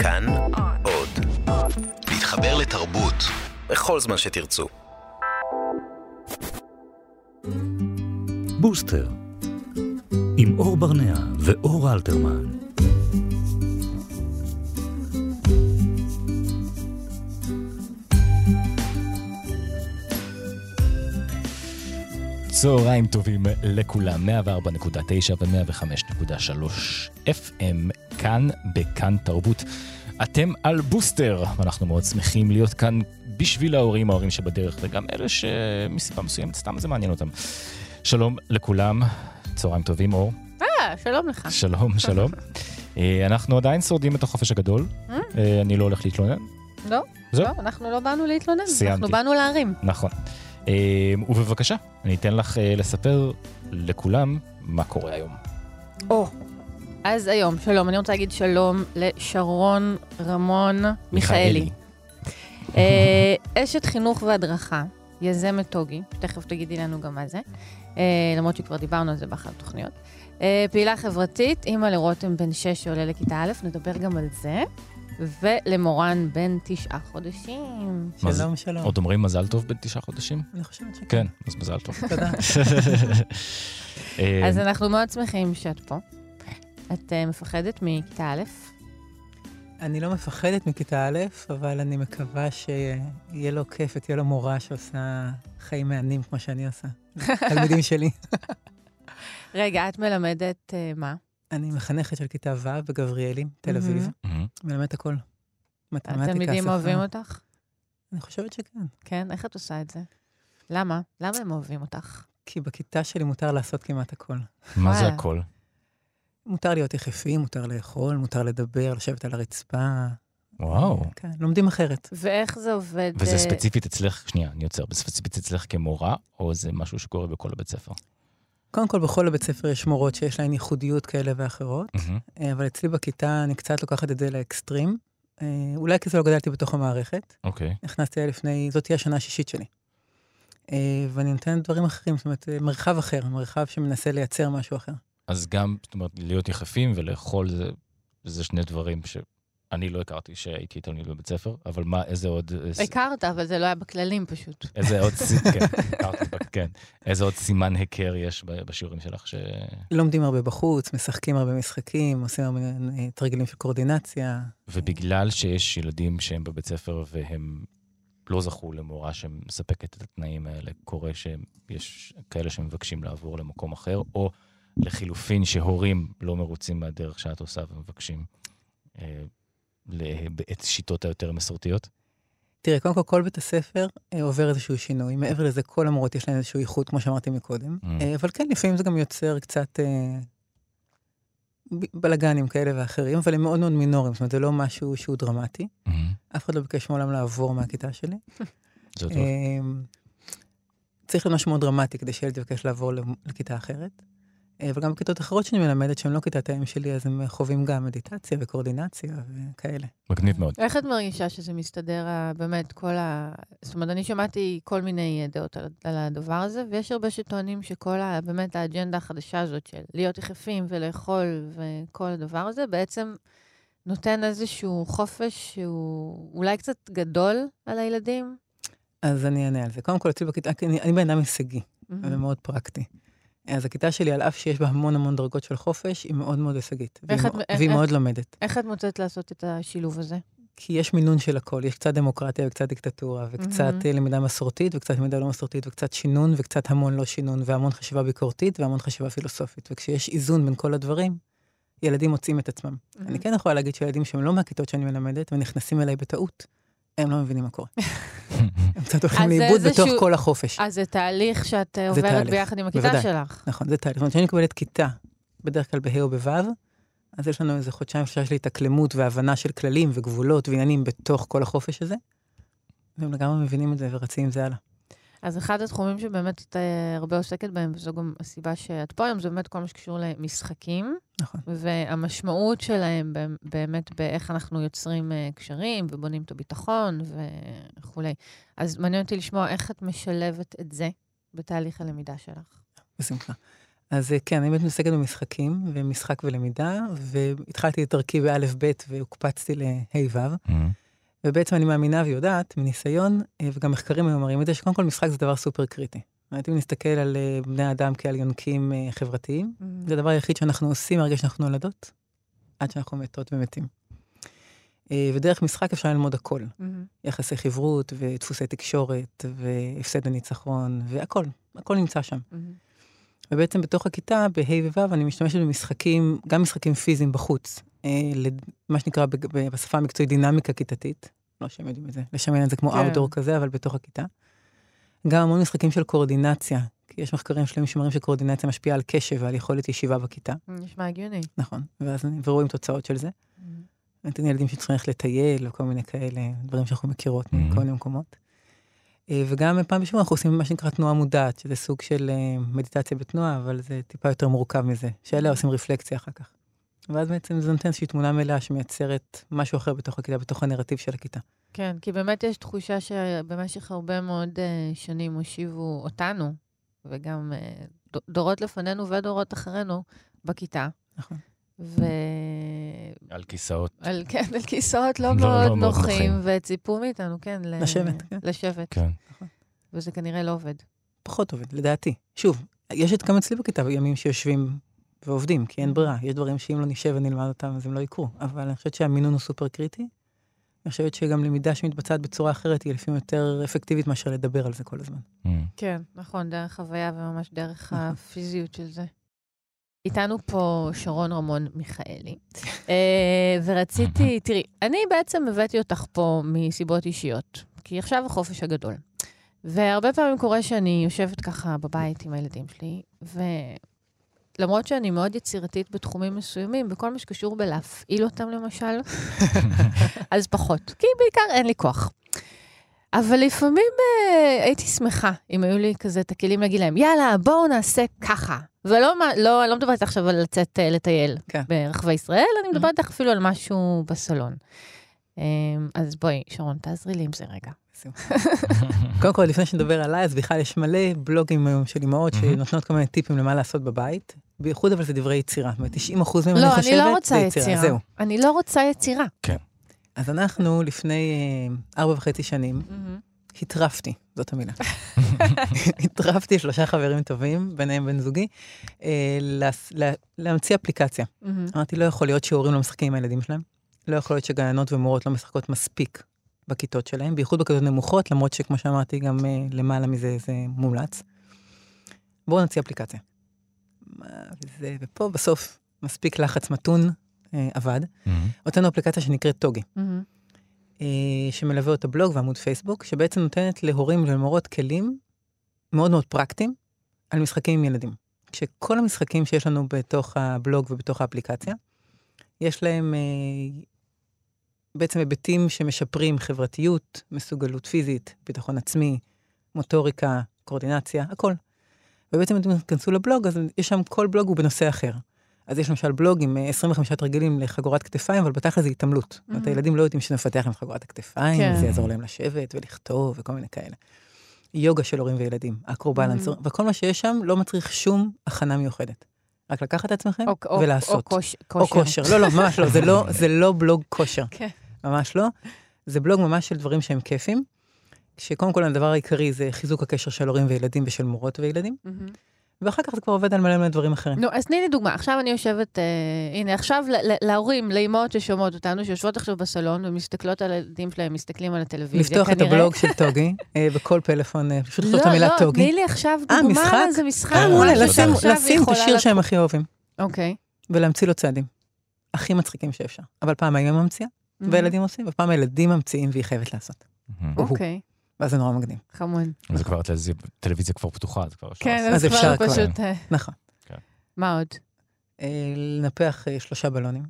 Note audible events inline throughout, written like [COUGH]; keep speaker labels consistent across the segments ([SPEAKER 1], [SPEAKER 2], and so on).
[SPEAKER 1] כאן עוד. להתחבר לתרבות בכל זמן שתרצו.
[SPEAKER 2] בוסטר, עם אור ברנע ואור אלתרמן.
[SPEAKER 3] צהריים טובים לכולם, 104.9 ו-105.3 FM, כאן בכאן תרבות. אתם על בוסטר, ואנחנו מאוד שמחים להיות כאן בשביל ההורים, ההורים שבדרך, וגם אלה שמסיבה מסוימת, סתם זה מעניין אותם. שלום לכולם, צהריים טובים, אור.
[SPEAKER 4] אה, שלום לך.
[SPEAKER 3] שלום,
[SPEAKER 4] [LAUGHS]
[SPEAKER 3] שלום. אה, אנחנו עדיין שורדים את החופש הגדול, אה, אני לא הולך להתלונן,
[SPEAKER 4] לא,
[SPEAKER 3] זהו.
[SPEAKER 4] לא, אנחנו לא באנו להתלונן,
[SPEAKER 3] סיימתי.
[SPEAKER 4] אנחנו באנו להרים.
[SPEAKER 3] נכון. אה, ובבקשה, אני אתן לך אה, לספר לכולם מה קורה היום.
[SPEAKER 4] או. אז היום, שלום, אני רוצה להגיד שלום לשרון רמון מיכאלי. אה, אשת חינוך והדרכה, יזמת טוגי, שתכף תגידי לנו גם מה זה, אה, למרות שכבר דיברנו על זה באחת התוכניות. אה, פעילה חברתית, אימא לרותם בן שש שעולה לכיתה א', נדבר גם על זה. ולמורן בן תשעה חודשים.
[SPEAKER 3] מה זה?
[SPEAKER 5] שלום, שלום.
[SPEAKER 3] עוד אומרים מזל טוב בן תשעה חודשים?
[SPEAKER 5] אני חושבת שכן.
[SPEAKER 3] כן, אז מזל [LAUGHS] טוב.
[SPEAKER 5] תודה.
[SPEAKER 3] אה,
[SPEAKER 4] אז אנחנו מאוד שמחים שאת פה. את אה, מפחדת מכיתה א',
[SPEAKER 5] אני לא מפחדת מכיתה א', אבל אני מקווה שיהיה לו כיף ותהיה לו מורה שעושה חיים מהנים כמו שאני עושה. תלמידים שלי.
[SPEAKER 4] רגע, את מלמדת אה, מה?
[SPEAKER 5] אני מחנכת של כיתה ו' בגבריאלי, תל אביב.
[SPEAKER 4] מהמם.
[SPEAKER 3] אה,
[SPEAKER 5] מלמדת הכל. מתמטיקה,
[SPEAKER 4] התלמידים
[SPEAKER 5] שפה.
[SPEAKER 4] אוהבים אותך?
[SPEAKER 5] אני חושבת שכן.
[SPEAKER 4] כן? איך את עושה את זה? למה? למה הם אוהבים אותך?
[SPEAKER 5] כי בכיתה שלי מותר לעשות כמעט הכל.
[SPEAKER 3] מה זה
[SPEAKER 4] וואלה.
[SPEAKER 3] הכל?
[SPEAKER 5] מותר להיות יחפים, מותר לאכול, מותר לדבר, לשבת על הרצפה.
[SPEAKER 3] וואו.
[SPEAKER 5] כן, לומדים אחרת.
[SPEAKER 4] ואיך זה עובד?
[SPEAKER 3] וזה
[SPEAKER 4] אה,
[SPEAKER 3] ספציפית אצלך, שנייה, אני עוצר, זה ספציפית אצלך כמורה, או זה משהו שקורה בכל הבית ספר?
[SPEAKER 5] קודם כל, בכל הבית ספר יש מורות שיש להן ייחודיות כאלה ואחרות.
[SPEAKER 3] מהמם.
[SPEAKER 5] אה, אבל אצלי בכיתה אני קצת לוקחת את זה לאקסטרים. אה, אולי כי זה לא גדלתי בתוך המערכת.
[SPEAKER 3] אוקיי.
[SPEAKER 5] נכנסתי לפני, זאת תהיה השנה השישית שלי. אה, ואני נותנת דברים אחרים, זאת אומרת, אה, מרחב אחר, מרחב שמנסה לייצר משהו אחר.
[SPEAKER 3] אז גם, זאת אומרת, להיות יחפים ולאכול זה- זה שני דברים שאני לא הכרתי שהייתי תלמיד בבית ספר, אבל מה, איזה עוד... אה, ס-
[SPEAKER 4] הכרת, אבל זה לא היה בכללים פשוט.
[SPEAKER 3] איזה עוד סימן, כן, הכרתי בה, כן, איזה עוד סימן היכר יש ב- בשיעורים שלך ש...
[SPEAKER 5] לומדים הרבה בחוץ, משחקים הרבה משחקים, עושים הרבה אה, תרגילים של קואורדינציה.
[SPEAKER 3] ובגלל שיש ילדים שהם בבית ספר והם לא זכו למורה שמספקת את התנאים האלה, קורה שיש כאלה שמבקשים לעבור למקום אחר, או לחילופין שהורים לא מרוצים מהדרך שאת עושה ומבקשים אה, ל- את שיטות היותר מסורתיות.
[SPEAKER 5] תראה, קודם כל, כל בית הספר אה, עובר איזשהו שינוי. מעבר לזה, כל המורות יש להן איזשהו ייחוד, כמו שאמרתי מקודם.
[SPEAKER 3] Mm.
[SPEAKER 5] אה, אבל כן, לפעמים זה גם יוצר קצת אה, ב- בלאגנים כאלה ואחרים, אבל הם מאוד מאוד מינוריים, זאת אומרת, זה לא משהו שהוא דרמטי.
[SPEAKER 3] Mm-hmm.
[SPEAKER 5] אף אחד לא ביקש מעולם לעבור מהכיתה שלי.
[SPEAKER 3] זה טוב.
[SPEAKER 5] אמ, צריך להיות משהו מאוד דרמטי כדי שילד יבקש לעבור למ- לכיתה אחרת. אה, וגם בכיתות אחרות שאני מלמדת, שהן לא כיתת האם שלי, אז הם חווים גם מדיטציה וקואורדינציה וכאלה.
[SPEAKER 3] מגניב מאוד.
[SPEAKER 4] איך את מרגישה שזה מסתדר, אה, באמת, כל ה... זאת אומרת, אני שמעתי כל מיני אה, דעות על, על הדבר הזה, ויש הרבה שטוענים שכל ה... באמת האג'נדה החדשה הזאת של להיות יחפים ולאכול וכל הדבר הזה, בעצם נותן איזשהו חופש שהוא אולי קצת גדול על הילדים.
[SPEAKER 5] אז אני אענה על זה. קודם כל, אצלי בכיתה, כי אני, אני בן אדם הישגי
[SPEAKER 4] Mm.
[SPEAKER 5] ומאוד פרקטי. אז הכיתה שלי, על אף שיש בה המון המון דרגות של חופש, היא מאוד מאוד הישגית. והיא
[SPEAKER 4] איך את-
[SPEAKER 5] מאוד-
[SPEAKER 4] איך-
[SPEAKER 5] והיא
[SPEAKER 4] איך-
[SPEAKER 5] מאוד לומדת.
[SPEAKER 4] איך את מוצאת לעשות את השילוב הזה?
[SPEAKER 5] כי יש מינון של הכל, יש קצת דמוקרטיה וקצת דיקטטורה, וקצת
[SPEAKER 4] מהמם.
[SPEAKER 5] mm-hmm. למידה מסורתית וקצת למידה לא מסורתית, וקצת שינון וקצת המון לא שינון, והמון חשיבה ביקורתית והמון חשיבה פילוסופית. וכשיש איזון בין כל הדברים, ילדים מוצאים את עצמם. Mm-hmm. אני כן יכולה להגיד שילדים שהם לא מהכיתות שאני מלמדת ונכנסים אליי בטעות, הם לא מבינים מה קורה. אה, הם קצת הולכים
[SPEAKER 4] אז זה
[SPEAKER 5] לאיבוד
[SPEAKER 4] איזשהו-
[SPEAKER 5] בתוך כל החופש.
[SPEAKER 4] אז זה תהליך שאת אה, עוברת
[SPEAKER 5] תהליך,
[SPEAKER 4] ביחד עם הכיתה
[SPEAKER 5] בוודאי.
[SPEAKER 4] שלך.
[SPEAKER 5] נכון, זה תהליך. זאת אומרת, כשאני מקבלת כיתה, בדרך כלל בה' או בו', אז יש לנו איזה חודשיים, שלושה של התאקלמות והבנה של כללים וגבולות ועניינים בתוך כל החופש הזה, והם לגמרי מבינים את זה ורצים עם זה הלאה.
[SPEAKER 4] אז אחד התחומים שבאמת את אה, הרבה עוסקת בהם, וזו גם הסיבה שאת פה היום, זה באמת כל מה שקשור למשחקים,
[SPEAKER 5] נכון.
[SPEAKER 4] והמשמעות שלהם באמ- באמת באיך אנחנו יוצרים אה, קשרים ובונים את הביטחון וכולי. אז מעניין אותי לשמוע איך את משלבת את זה בתהליך הלמידה שלך.
[SPEAKER 5] בשמחה. אז אה, כן, אני באמת מתעסקת במשחקים, ומשחק ולמידה, והתחלתי את דרכי באלף-בית והוקפצתי לה'-ו'.
[SPEAKER 3] Mm-hmm.
[SPEAKER 5] ובעצם אני מאמינה ויודעת מניסיון, אה, וגם מחקרים היום מראים את זה, שקודם כל משחק זה דבר סופר קריטי. זאת אם נסתכל על אה, בני אדם כעל יונקים אה, חברתיים, זה הדבר היחיד שאנחנו עושים מהרגע שאנחנו נולדות, עד שאנחנו מתות ומתים. אה, ודרך משחק אפשר ללמוד הכל. יחסי חברות, ודפוסי תקשורת, והפסד וניצחון, והכל, הכל נמצא שם. ובעצם בתוך הכיתה, בה' וו', אני משתמשת במשחקים, גם משחקים פיזיים בחוץ, אה, לד- מה שנקרא בג- ב- בשפה המקצועית דינמיקה כיתתית, לא שהם יודעים את זה, לשמן את זה כמו
[SPEAKER 4] כן.
[SPEAKER 5] outdoor כזה, אבל בתוך הכיתה. גם המון משחקים של קואורדינציה, כי יש מחקרים שלמים שמראים שקואורדינציה משפיעה על קשב ועל יכולת ישיבה בכיתה,
[SPEAKER 4] נשמע הגיוני.
[SPEAKER 5] נכון, ואז אני- ורואים תוצאות של זה. נותן ילדים שצריכים ללכת לטייל, וכל מיני כאלה, דברים שאנחנו מכירות
[SPEAKER 3] Mhm.
[SPEAKER 5] מכל מיני מקומות. אה, וגם פעם בשבוע אנחנו עושים מה שנקרא תנועה מודעת, שזה סוג של אה, מדיטציה בתנועה, אבל זה טיפה יותר מורכב מזה, שאלה עושים רפלקציה אחר כך. ואז בעצם זה נותן איזושהי תמונה מלאה שמייצרת משהו אחר בתוך הכיתה, בתוך הנרטיב של הכיתה.
[SPEAKER 4] כן, כי באמת יש תחושה שבמשך הרבה מאוד אה, שנים הושיבו אותנו, וגם אה, ד- דורות לפנינו ודורות אחרינו, בכיתה.
[SPEAKER 5] נכון.
[SPEAKER 4] ועל
[SPEAKER 3] על כיסאות.
[SPEAKER 4] כן, על כיסאות לא
[SPEAKER 3] לא- לא מאוד
[SPEAKER 4] מאוד נוחים,
[SPEAKER 3] נוחים.
[SPEAKER 4] וציפו מאיתנו, כן, ל-
[SPEAKER 5] לשבת, כן.
[SPEAKER 4] לשבת,
[SPEAKER 3] כן.
[SPEAKER 4] וזה כנראה לא עובד.
[SPEAKER 5] פחות עובד, לדעתי. שוב, יש את גם אצלי בכיתה ימים שיושבים ועובדים, כי
[SPEAKER 4] Mm.
[SPEAKER 5] אין ברירה. יש דברים שאם לא נשב ונלמד אותם, אז הם לא יקרו. אבל אני חושבת שהמינון הוא סופר קריטי. אני חושבת שגם למידה שמתבצעת בצורה אחרת היא לפעמים יותר אפקטיבית מאשר לדבר על זה כל הזמן.
[SPEAKER 3] Mm.
[SPEAKER 4] כן, נכון, דרך חוויה וממש דרך
[SPEAKER 5] נכון.
[SPEAKER 4] הפיזיות של זה. איתנו פה שרון רמון מיכאלי, אה, ורציתי, תראי, אני בעצם הבאתי אותך פה מסיבות אישיות, כי עכשיו החופש הגדול. והרבה פעמים קורה שאני יושבת ככה בבית עם הילדים שלי, ולמרות שאני מאוד יצירתית בתחומים מסוימים, בכל מה שקשור בלהפעיל אותם למשל, אז פחות, כי בעיקר אין לי כוח. אבל לפעמים אה, הייתי שמחה אם היו לי כזה את הכלים להגיד להם, יאללה, בואו נעשה ככה. ולא, מה- לא, אני לא מדברת עכשיו על לצאת אה, לטייל
[SPEAKER 5] כן. Mm-hmm.
[SPEAKER 4] ברחבי ישראל, אני מדברת איתך אפילו על משהו בסלון. אה, אז בואי, שרון, תעזרי לי עם זה רגע.
[SPEAKER 3] Mm-hmm.
[SPEAKER 5] [LAUGHS] קודם כל, לפני שנדבר עליי, אז בכלל יש מלא בלוגים היום של אימהות שנותנות כל מיני טיפים למה לעשות בבית. בייחוד אבל זה דברי יצירה. זאת אומרת, 90 אחוז מהם,
[SPEAKER 4] לא,
[SPEAKER 5] אני
[SPEAKER 4] אני
[SPEAKER 5] חושבת,
[SPEAKER 4] לא רוצה
[SPEAKER 5] זה
[SPEAKER 4] יצירה.
[SPEAKER 5] זהו.
[SPEAKER 4] אני לא רוצה יצירה.
[SPEAKER 5] אז אנחנו לפני אה, ארבע וחצי שנים, התרפתי, זאת המילה. [LAUGHS] התרפתי שלושה חברים טובים, ביניהם בן זוגי, אה, להס- לה- להמציא אפליקציה.
[SPEAKER 4] מהמם.
[SPEAKER 5] אמרתי, לא יכול להיות שהורים לא משחקים עם הילדים שלהם. לא יכול להיות שגננות ומורות לא משחקות מספיק בכיתות שלהם, בייחוד בכיתות נמוכות, למרות שכמו שאמרתי, גם אה, למעלה מזה זה מומלץ. בואו נציע אפליקציה. מה זה, ופה בסוף מספיק לחץ מתון אה, עבד. הוצאנו אפליקציה שנקראת טוגי.
[SPEAKER 4] מהמם.
[SPEAKER 5] אה, שמלווה אותה בלוג ועמוד פייסבוק, שבעצם נותנת להורים ולמורות כלים מאוד מאוד פרקטיים על משחקים עם ילדים. כשכל המשחקים שיש לנו בתוך הבלוג ובתוך האפליקציה, יש להם אה, בעצם היבטים שמשפרים חברתיות, מסוגלות פיזית, ביטחון עצמי, מוטוריקה, קואורדינציה, הכל. ובעצם אם אתם תיכנסו לבלוג, אז יש שם, כל בלוג הוא בנושא אחר. אז יש למשל בלוג עם אה, 25 תרגילים לחגורת כתפיים, אבל בתכל'ס זה התעמלות. זאת אומרת,
[SPEAKER 4] Mhm.
[SPEAKER 5] הילדים לא יודעים שנפתח עם חגורת הכתפיים,
[SPEAKER 4] כן.
[SPEAKER 5] זה יעזור להם לשבת ולכתוב וכל מיני כאלה. יוגה של הורים וילדים, אקרובלנס,
[SPEAKER 4] Mhm.
[SPEAKER 5] וכל מה שיש שם לא מצריך שום הכנה מיוחדת. רק לקחת את עצמכם
[SPEAKER 4] או- או- או
[SPEAKER 5] ולעשות.
[SPEAKER 4] כוש-
[SPEAKER 5] או כושר. לא, לא, ממש לא, זה לא, זה לא בלוג כושר.
[SPEAKER 4] כן.
[SPEAKER 5] ממש לא. זה בלוג ממש של דברים שהם כיפים, שקודם כל הדבר העיקרי זה חיזוק הקשר של הורים וילדים ושל מורות וילדים,
[SPEAKER 4] מהמם.
[SPEAKER 5] ואחר כך זה כבר עובד על מלא מלא דברים אחרים.
[SPEAKER 4] Mm-hmm. נו, אז תני לי דוגמה. עכשיו אני יושבת, אה, הנה, עכשיו ל- ל- להורים, לאימהות ששומעות אותנו, שיושבות עכשיו בסלון ומסתכלות על הילדים שלהם, מסתכלים על הטלוויזיה,
[SPEAKER 5] לפתוח את
[SPEAKER 4] כנראה.
[SPEAKER 5] הבלוג של טוגי, אה, בכל פלאפון, אה, פשוט לכתוב את המילה
[SPEAKER 4] לא, לא, תני
[SPEAKER 5] טוגי.
[SPEAKER 4] לי עכשיו
[SPEAKER 5] אה,
[SPEAKER 4] דוגמה
[SPEAKER 5] משחק?
[SPEAKER 4] לאיזה משחק.
[SPEAKER 5] אה,
[SPEAKER 3] אה,
[SPEAKER 5] מעולה,
[SPEAKER 4] משהו
[SPEAKER 5] לשים-
[SPEAKER 4] שעכשיו
[SPEAKER 5] לשים את
[SPEAKER 4] יכולה
[SPEAKER 5] השיר
[SPEAKER 4] לק-
[SPEAKER 5] שהם הכי אוהבים,
[SPEAKER 4] אוקיי.
[SPEAKER 5] ולהמציא לו צעדים. הכי מצחיקים שאפשר. אבל פעם האמא ממציאה,
[SPEAKER 4] Mm-hmm.
[SPEAKER 5] והילדים עושים, ופעם הילדים ממציאים והיא חייבת לעשות.
[SPEAKER 3] Mhm.
[SPEAKER 4] אוקיי,
[SPEAKER 5] ואז זה נורא מגניב.
[SPEAKER 4] חמוד.
[SPEAKER 3] זה כבר, הטלוויזיה- הטלוויזיה כבר פתוחה, אז כבר אפשר לעשות.
[SPEAKER 5] כן, אז
[SPEAKER 4] כן, כבר
[SPEAKER 5] אפשר כבר.
[SPEAKER 4] פשוט... אה,
[SPEAKER 5] נכון.
[SPEAKER 4] מה עוד?
[SPEAKER 5] אה, לנפח אה, שלושה בלונים.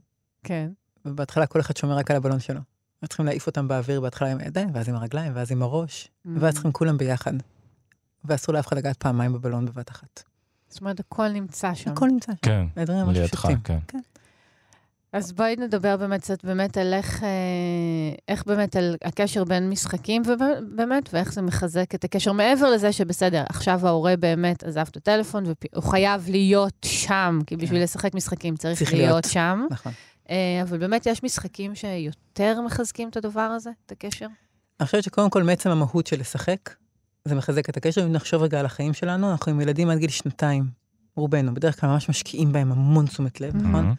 [SPEAKER 4] כן.
[SPEAKER 5] ובהתחלה כל אחד שומר רק על הבלון שלו. הם צריכים להעיף אותם באוויר בהתחלה עם הידיים, ואז עם הרגליים, ואז עם הראש,
[SPEAKER 4] Mm-hmm. Mm.
[SPEAKER 5] ואז צריכים כולם ביחד. ואסור לאף אחד לגעת פעמיים בבלון בבת אחת.
[SPEAKER 4] זאת אומרת, הכל נמצא שם.
[SPEAKER 5] הכל נמצא שם.
[SPEAKER 3] כן,
[SPEAKER 5] הדברים ממש
[SPEAKER 3] לידך,
[SPEAKER 5] פשוטים.
[SPEAKER 3] כן.
[SPEAKER 4] אז בואי נדבר באמת קצת באמת על איך, אה, איך באמת על הקשר בין משחקים, ובאמת, ואיך זה מחזק את הקשר. מעבר לזה שבסדר, עכשיו ההורה באמת עזב את הטלפון, והוא חייב להיות שם, כי בשביל לשחק משחקים צריך,
[SPEAKER 5] כן. צריך
[SPEAKER 4] להיות.
[SPEAKER 5] להיות.
[SPEAKER 4] שם.
[SPEAKER 5] נכון.
[SPEAKER 4] אה, אבל באמת יש משחקים שיותר מחזקים את הדבר הזה, את הקשר?
[SPEAKER 5] אני חושבת שקודם כל, מעצם המהות של לשחק, זה מחזק את הקשר. אם נחשוב רגע על החיים שלנו, אנחנו עם ילדים עד גיל שנתיים, רובנו, בדרך כלל ממש משקיעים בהם המון תשומת לב, נכון?
[SPEAKER 3] מהמם.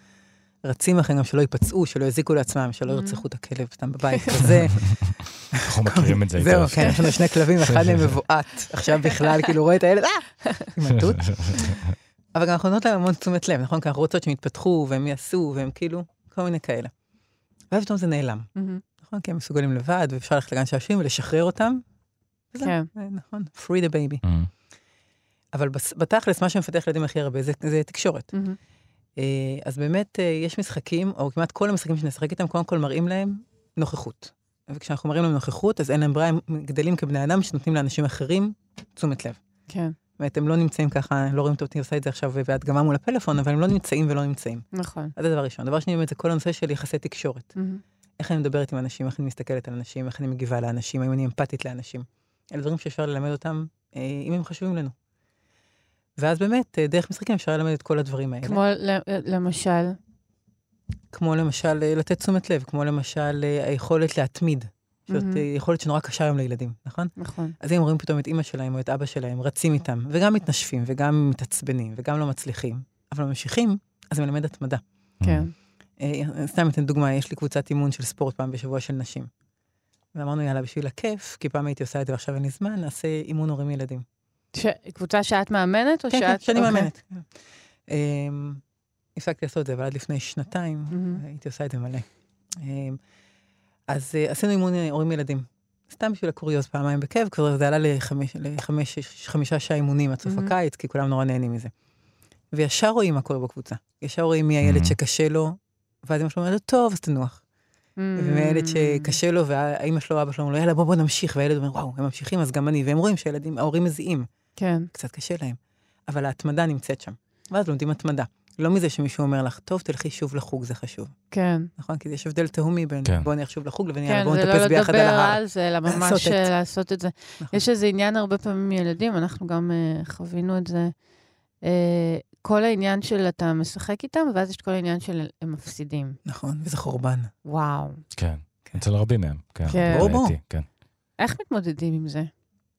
[SPEAKER 5] רצים אחריהם גם שלא ייפצעו, שלא יזיקו לעצמם, שלא
[SPEAKER 4] Mhm.
[SPEAKER 5] ירצחו את הכלב סתם בבית. וזה,
[SPEAKER 3] אנחנו [LAUGHS] מכירים את זה
[SPEAKER 5] זהו,
[SPEAKER 3] היטב.
[SPEAKER 5] כן,
[SPEAKER 3] [LAUGHS]
[SPEAKER 5] יש לנו שני כלבים, אחד מהם מבועת. עכשיו בכלל, כאילו, רואה את הילד, אה! עם
[SPEAKER 3] [LAUGHS]
[SPEAKER 5] התות. אבל גם אנחנו נותנות להם המון תשומת לב, נכון? כי אנחנו רוצות שהם יתפתחו, והם יעשו, והם כאילו, כל מיני כאלה. ואז פתאום זה נעלם, נכון? כי הם מסוגלים לבד, ואפשר ללכת לגן שעשועים ולשחרר אותם. וזהו,
[SPEAKER 4] כן.
[SPEAKER 5] זה נכון, free the baby.
[SPEAKER 3] מהמם.
[SPEAKER 5] אבל בס- בתכלס, מה שמפתח ילדים הכי הרבה זה- זה תקשורת.
[SPEAKER 4] מהמם.
[SPEAKER 5] אה, אז באמת אה, יש משחקים, או כמעט כל המשחקים שנשחק איתם, קודם כל מראים להם נוכחות. וכשאנחנו מראים להם נוכחות, אז אין להם ברירה, הם גדלים כבני אדם שנותנים לאנשים אחרים תשומת לב.
[SPEAKER 4] כן,
[SPEAKER 5] זאת אומרת, הם לא נמצאים ככה, לא רואים אותי עושה את זה עכשיו בהדגמה מול הפלאפון, אבל הם לא נמצאים ולא נמצאים.
[SPEAKER 4] נכון.
[SPEAKER 5] אז זה דבר ראשון. דבר שני, באמת, זה כל הנושא של יחסי תקשורת. איך אני מדברת עם אנשים, איך אני מסתכלת על אנשים, איך אני מגיבה לאנשים, האם אני אמפתית לאנשים. אלה דברים שאפשר ללמד אותם, אה, אם הם חשובים לנו. ואז באמת, אה, דרך משחקים אפשר ללמד את כל הדברים האלה.
[SPEAKER 4] כמו ל- למשל,
[SPEAKER 5] כמו למשל אה, לתת תשומת לב, כמו למשל אה, היכולת להתמיד. זאת
[SPEAKER 4] מהמם.
[SPEAKER 5] אה, יכולת שנורא קשה היום לילדים, נכון?
[SPEAKER 4] נכון.
[SPEAKER 5] אז אם רואים פתאום את אימא שלהם או את אבא שלהם, רצים איתם, וגם מתנשפים, וגם מתעצבנים, וגם לא מצליחים, אבל ממשיכים, אז זה מלמד התמדה.
[SPEAKER 4] כן.
[SPEAKER 5] אה, סתם אתן דוגמה, יש לי קבוצת אימון של ספורט פעם בשבוע של נשים. ואמרנו, יאללה, בשביל הכיף, כי פעם הייתי עושה את זה ועכשיו אין לי זמן, נעשה אימון הורים ילדים.
[SPEAKER 4] ש- קבוצה שאת מאמנת או
[SPEAKER 5] כן,
[SPEAKER 4] שאת...
[SPEAKER 5] כן, שאני
[SPEAKER 4] אוקיי.
[SPEAKER 5] מאמנת. אה, הפסקתי לעשות את זה, אבל עד לפני שנתיים,
[SPEAKER 4] מהמם.
[SPEAKER 5] הייתי עושה את זה מלא. אמ, אז אה, עשינו אימון אה, הורים ילדים. סתם בשביל הקוריוז, פעמיים בכיף, כבר זה עלה לחמש- לחמש- שש- חמישה שעה אימונים עד סוף
[SPEAKER 4] מהמם.
[SPEAKER 5] הקיץ, כי כולם נורא נהנים מזה. וישר רואים מה קורה בקבוצה. ישר רואים מי הילד
[SPEAKER 3] מהמם.
[SPEAKER 5] שקשה לו, ואז אמא שלו אומרת לו, טוב, אז תנוח. ומי הילד שקשה לו, והאימא שלו, האבא שלו אומר לו, יאללה, בוא, בוא נמשיך. והילד אומר, וואו, הם ממשיכים, אז גם אני. והם רואים שהילדים, ההורים מזיעים.
[SPEAKER 4] כן.
[SPEAKER 5] קצת קשה להם. אבל ההתמדה נמצאת שם. ואז לומדים התמדה. לא מזה שמישהו אומר לך, טוב, תלכי שוב לחוג, זה חשוב.
[SPEAKER 4] כן.
[SPEAKER 5] נכון? כי יש הבדל תהומי בין
[SPEAKER 3] כן.
[SPEAKER 5] בוא נלך שוב לחוג לבין יאללה
[SPEAKER 4] כן,
[SPEAKER 5] בואו
[SPEAKER 4] זה לא
[SPEAKER 5] נטפס ביחד
[SPEAKER 4] לדבר
[SPEAKER 5] על ההר.
[SPEAKER 4] על זה, אלא ממש
[SPEAKER 5] לעשות את-
[SPEAKER 4] אה, לעשות את זה.
[SPEAKER 5] נכון.
[SPEAKER 4] יש איזה עניין הרבה פעמים עם ילדים, אנחנו גם אה, חווינו את זה. אה, כל העניין של אתה משחק איתם, ואז יש את כל העניין של הם מפסידים.
[SPEAKER 5] נכון, וזה חורבן.
[SPEAKER 4] וואו.
[SPEAKER 3] כן, אצל רבים מהם. כן,
[SPEAKER 4] כן.
[SPEAKER 5] ברור, ברור.
[SPEAKER 3] ראיתי, כן.
[SPEAKER 4] איך מתמודדים עם זה?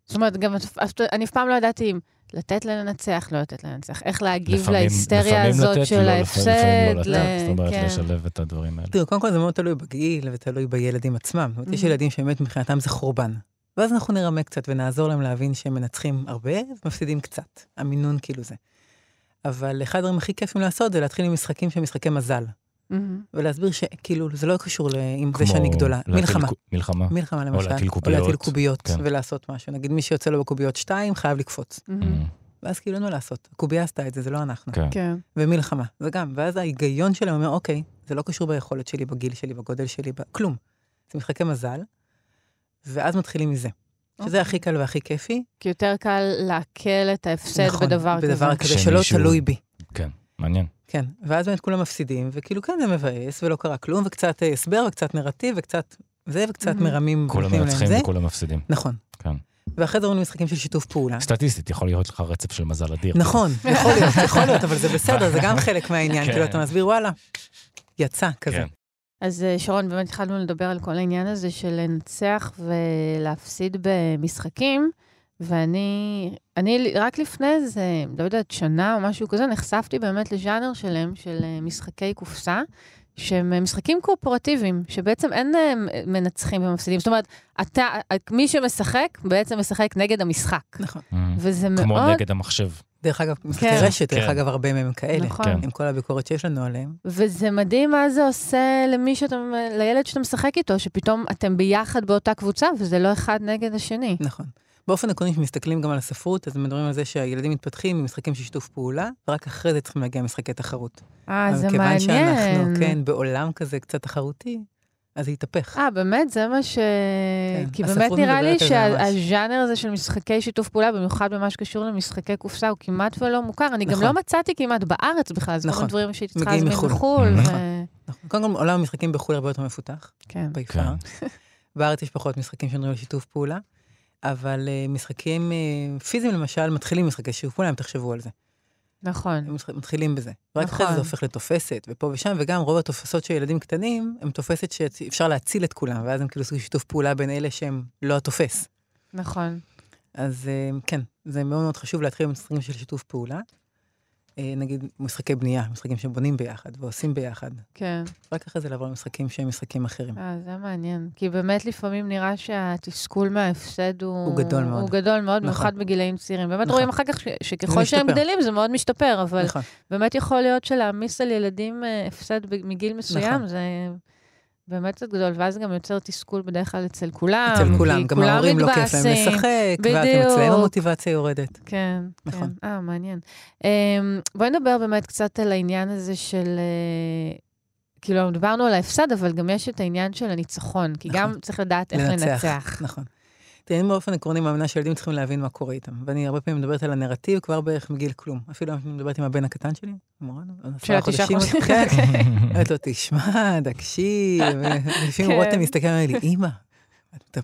[SPEAKER 4] זאת אומרת, גם את- את- אני אף פעם לא ידעתי אם לתת לנצח, לא לתת לנצח. איך להגיב
[SPEAKER 3] לפעמים-
[SPEAKER 4] להיסטריה
[SPEAKER 3] לפעמים
[SPEAKER 4] הזאת
[SPEAKER 3] לתת,
[SPEAKER 4] של
[SPEAKER 3] לא, לפעמים-
[SPEAKER 4] ההפסד.
[SPEAKER 3] לפעמים לא
[SPEAKER 4] ל-
[SPEAKER 3] לתת, זאת אומרת,
[SPEAKER 4] כן.
[SPEAKER 3] לשלב את הדברים האלה.
[SPEAKER 5] תראו, קודם כל זה מאוד תלוי בגיל ותלוי בילדים עצמם. זאת אומרת, יש
[SPEAKER 4] Mhm.
[SPEAKER 5] ילדים שבאמת מבחינתם זה חורבן. ואז אנחנו נרמה קצת ונעזור להם להבין שהם מנצחים הרבה ומפסידים קצת. המינון כאילו זה. אבל אחד הדברים הכי כיפים לעשות זה להתחיל עם משחקים שהם משחקי מזל.
[SPEAKER 4] מהמם.
[SPEAKER 5] ולהסביר שכאילו, זה לא קשור לאם זה
[SPEAKER 3] כמו
[SPEAKER 5] שאני גדולה.
[SPEAKER 3] להטיל
[SPEAKER 5] מלחמה.
[SPEAKER 3] קו- מלחמה.
[SPEAKER 5] מלחמה למשל.
[SPEAKER 3] להטיל
[SPEAKER 5] או
[SPEAKER 3] קוביות,
[SPEAKER 5] להטיל קוביות
[SPEAKER 3] כן.
[SPEAKER 5] ולעשות משהו. נגיד מי שיוצא לו בקוביות שתיים חייב לקפוץ.
[SPEAKER 4] מהמם.
[SPEAKER 5] ואז כאילו אין מה לעשות. הקובייה עשתה את זה, זה לא אנחנו.
[SPEAKER 3] Mm-hmm. כן.
[SPEAKER 4] כן.
[SPEAKER 5] ומלחמה, זה גם. ואז ההיגיון שלהם אומר, אוקיי, זה לא קשור ביכולת שלי, בגיל שלי, בגודל שלי, ב... כלום. זה משחקי מזל, ואז מתחילים מזה. שזה
[SPEAKER 4] אוקיי.
[SPEAKER 5] הכי קל והכי כיפי.
[SPEAKER 4] כי יותר קל לעכל את ההפסד
[SPEAKER 5] נכון,
[SPEAKER 4] בדבר כזה.
[SPEAKER 5] בדבר כזה שלא
[SPEAKER 3] כשמישהו-
[SPEAKER 5] תלוי בי.
[SPEAKER 3] כן, מעניין.
[SPEAKER 5] כן. ואז באמת כולם מפסידים, וכאילו כן, זה מבאס, ולא קרה כלום, וקצת אה, הסבר, וקצת נרטיב, וקצת זה, וקצת
[SPEAKER 4] Mhm.
[SPEAKER 5] מרמים.
[SPEAKER 3] כולם
[SPEAKER 5] ונותנים להם
[SPEAKER 3] מנצחים
[SPEAKER 5] זה.
[SPEAKER 3] וכולם מפסידים.
[SPEAKER 5] נכון.
[SPEAKER 3] כן.
[SPEAKER 5] ואחרי זה עוברים למשחקים של שיתוף
[SPEAKER 3] [LAUGHS]
[SPEAKER 5] פעולה.
[SPEAKER 3] סטטיסטית יכול להיות לך רצף של מזל אדיר.
[SPEAKER 5] נכון, יכול להיות, יכול להיות, אבל זה בסדר, זה
[SPEAKER 3] [LAUGHS]
[SPEAKER 5] גם חלק מהעניין.
[SPEAKER 3] כן.
[SPEAKER 5] כאילו, אתה מסביר, וואלה, יצא, כזה.
[SPEAKER 3] כן.
[SPEAKER 4] אז אה, שרון, באמת התחלנו לדבר על כל העניין הזה של לנצח ולהפסיד במשחקים, ואני, אני רק לפני איזה, לא יודעת, שנה או משהו כזה, נחשפתי באמת לז'אנר שלם של אה, משחקי קופסה, שהם אה, משחקים קואופרטיביים, שבעצם אין אה, מנצחים ומפסידים. זאת אומרת, אתה, מי שמשחק, בעצם משחק נגד המשחק.
[SPEAKER 5] נכון.
[SPEAKER 3] Mhm.
[SPEAKER 4] וזה מאוד...
[SPEAKER 3] כמו נגד המחשב.
[SPEAKER 5] דרך אגב, משחקי
[SPEAKER 4] כן.
[SPEAKER 5] רשת, דרך
[SPEAKER 3] כן.
[SPEAKER 5] אגב, הרבה מהם הם כאלה.
[SPEAKER 4] נכון.
[SPEAKER 3] כן.
[SPEAKER 5] עם כל הביקורת שיש לנו עליהם.
[SPEAKER 4] וזה מדהים מה זה עושה למי שאתה, לילד שאתה משחק איתו, שפתאום אתם ביחד באותה קבוצה, וזה לא אחד נגד השני.
[SPEAKER 5] נכון. באופן עקרוני, כשמסתכלים גם על הספרות, אז מדברים על זה שהילדים מתפתחים ממשחקים של שיתוף פעולה, ורק אחרי זה צריכים להגיע למשחקי תחרות.
[SPEAKER 4] אה, זה
[SPEAKER 5] אבל כן.
[SPEAKER 4] מעניין.
[SPEAKER 5] כיוון שאנחנו, כן, בעולם כזה קצת תחרותי, אז זה יתהפך.
[SPEAKER 4] אה, באמת? זה מה ש...
[SPEAKER 5] כן,
[SPEAKER 4] כי באמת
[SPEAKER 5] הספרות
[SPEAKER 4] נראה לי
[SPEAKER 5] מדברת על זה ממש.
[SPEAKER 4] שהז'אנר הזה של משחקי שיתוף פעולה, במיוחד במה שקשור למשחקי קופסה, הוא כמעט ולא מוכר. אני גם
[SPEAKER 5] נכון.
[SPEAKER 4] לא מצאתי כמעט בארץ בכלל, זה כל מיני
[SPEAKER 5] נכון.
[SPEAKER 4] דברים שהייתי צריכה
[SPEAKER 5] מגיעים
[SPEAKER 4] להזמין
[SPEAKER 5] מחו"ל.
[SPEAKER 4] בחו"ל.
[SPEAKER 5] נכון.
[SPEAKER 4] ו-
[SPEAKER 5] נכון. קודם כל, עולם המשחקים בחו"ל הרבה יותר מפותח,
[SPEAKER 4] כן.
[SPEAKER 5] בעיקר.
[SPEAKER 3] כן.
[SPEAKER 5] [LAUGHS] בארץ יש פחות משחקים שנראים לשיתוף פעולה, אבל אה, משחקים אה, פיזיים למשל, מתחילים משחקי שיתוף פעולה, אם תחשבו על זה.
[SPEAKER 4] נכון.
[SPEAKER 5] הם מתח- מתחילים בזה. ורק
[SPEAKER 4] נכון.
[SPEAKER 5] אחרי זה זה הופך לתופסת, ופה ושם, וגם רוב התופסות של ילדים קטנים, הם תופסת שאפשר להציל את כולם, ואז הם כאילו עושים שיתוף פעולה בין אלה שהם לא התופס.
[SPEAKER 4] נכון.
[SPEAKER 5] אז אה, כן, זה מאוד מאוד חשוב להתחיל במשחקים של שיתוף פעולה. אה, נגיד משחקי בנייה, משחקים שבונים ביחד ועושים ביחד.
[SPEAKER 4] כן.
[SPEAKER 5] רק אחרי זה לעבור למשחקים שהם משחקים אחרים.
[SPEAKER 4] אה, זה מעניין. כי באמת לפעמים נראה שהתסכול מההפסד הוא...
[SPEAKER 5] הוא גדול מאוד.
[SPEAKER 4] הוא גדול מאוד,
[SPEAKER 5] נכון.
[SPEAKER 4] במיוחד בגילאים צעירים. באמת
[SPEAKER 5] נכון.
[SPEAKER 4] רואים אחר כך ש- שככל
[SPEAKER 5] זה
[SPEAKER 4] שהם
[SPEAKER 5] משתפר.
[SPEAKER 4] גדלים זה מאוד משתפר, אבל
[SPEAKER 5] נכון.
[SPEAKER 4] באמת יכול להיות שלהעמיס על ילדים אה, הפסד ב- מגיל מסוים,
[SPEAKER 5] נכון.
[SPEAKER 4] זה באמת קצת גדול, ואז גם יוצר תסכול בדרך כלל אצל כולם.
[SPEAKER 5] אצל
[SPEAKER 4] כי
[SPEAKER 5] כולם, גם ההורים לא כיף להם
[SPEAKER 4] מתבאסים.
[SPEAKER 5] לשחק, ואז גם אצלם
[SPEAKER 4] בדיוק.
[SPEAKER 5] המוטיבציה יורדת.
[SPEAKER 4] כן, נכון.
[SPEAKER 5] נכון.
[SPEAKER 4] כן. אה, מעניין. אמ, בואי נדבר באמת קצת על העניין הזה של... אה, כאילו, דיברנו על ההפסד, אבל גם יש את העניין של הניצחון, כי גם
[SPEAKER 5] נכון.
[SPEAKER 4] צריך לדעת איך
[SPEAKER 5] [LAUGHS]
[SPEAKER 4] לנצח.
[SPEAKER 5] נכון. תראי, אני באופן עקרוני מאמינה שילדים צריכים להבין מה קורה איתם. ואני הרבה פעמים מדברת על הנרטיב כבר בערך מגיל כלום. אפילו אני מדברת עם הבן הקטן שלי, מורן, עוד
[SPEAKER 4] של
[SPEAKER 5] עשרה
[SPEAKER 4] התשעה
[SPEAKER 5] חודשים.
[SPEAKER 4] חודשים.
[SPEAKER 5] כן. אומרת לו, תשמע, תקשיב. לפעמים
[SPEAKER 4] כן.
[SPEAKER 5] רותם מסתכל עליי, לי, אמא, את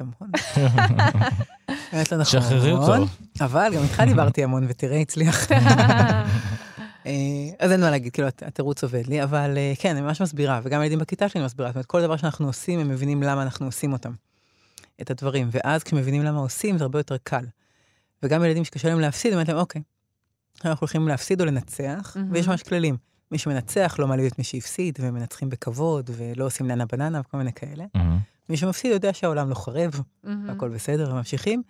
[SPEAKER 3] [LAUGHS]
[SPEAKER 5] המון. אומרת לו, נכון.
[SPEAKER 3] [LAUGHS] שחררי אותו.
[SPEAKER 5] אבל גם איתך דיברתי המון, ותראה,
[SPEAKER 4] [LAUGHS]
[SPEAKER 5] הצליח. אה, אז אין מה להגיד, כאילו, הת- התירוץ עובד לי, אבל אה, כן, אני ממש מסבירה, וגם הילדים בכיתה שלי אני מסבירה, זאת אומרת, כל דבר שאנחנו עושים, הם מבינים למה אנחנו עושים אותם, את הדברים, ואז כשמבינים למה עושים, זה הרבה יותר קל. וגם ילדים שקשה להם להפסיד, אני אומרת להם, אוקיי, אנחנו הולכים להפסיד או לנצח,
[SPEAKER 4] מהמם.
[SPEAKER 5] ויש ממש כללים. מי שמנצח לא מעליב את מי שהפסיד, ומנצחים בכבוד, ולא עושים ננה בננה וכל מיני כאלה.
[SPEAKER 3] Mm-hmm.
[SPEAKER 5] [LAUGHS] מי שמפסיד יודע שהעולם לא חרב,
[SPEAKER 4] מהמם.
[SPEAKER 5] והכל בסדר, וממשיכים.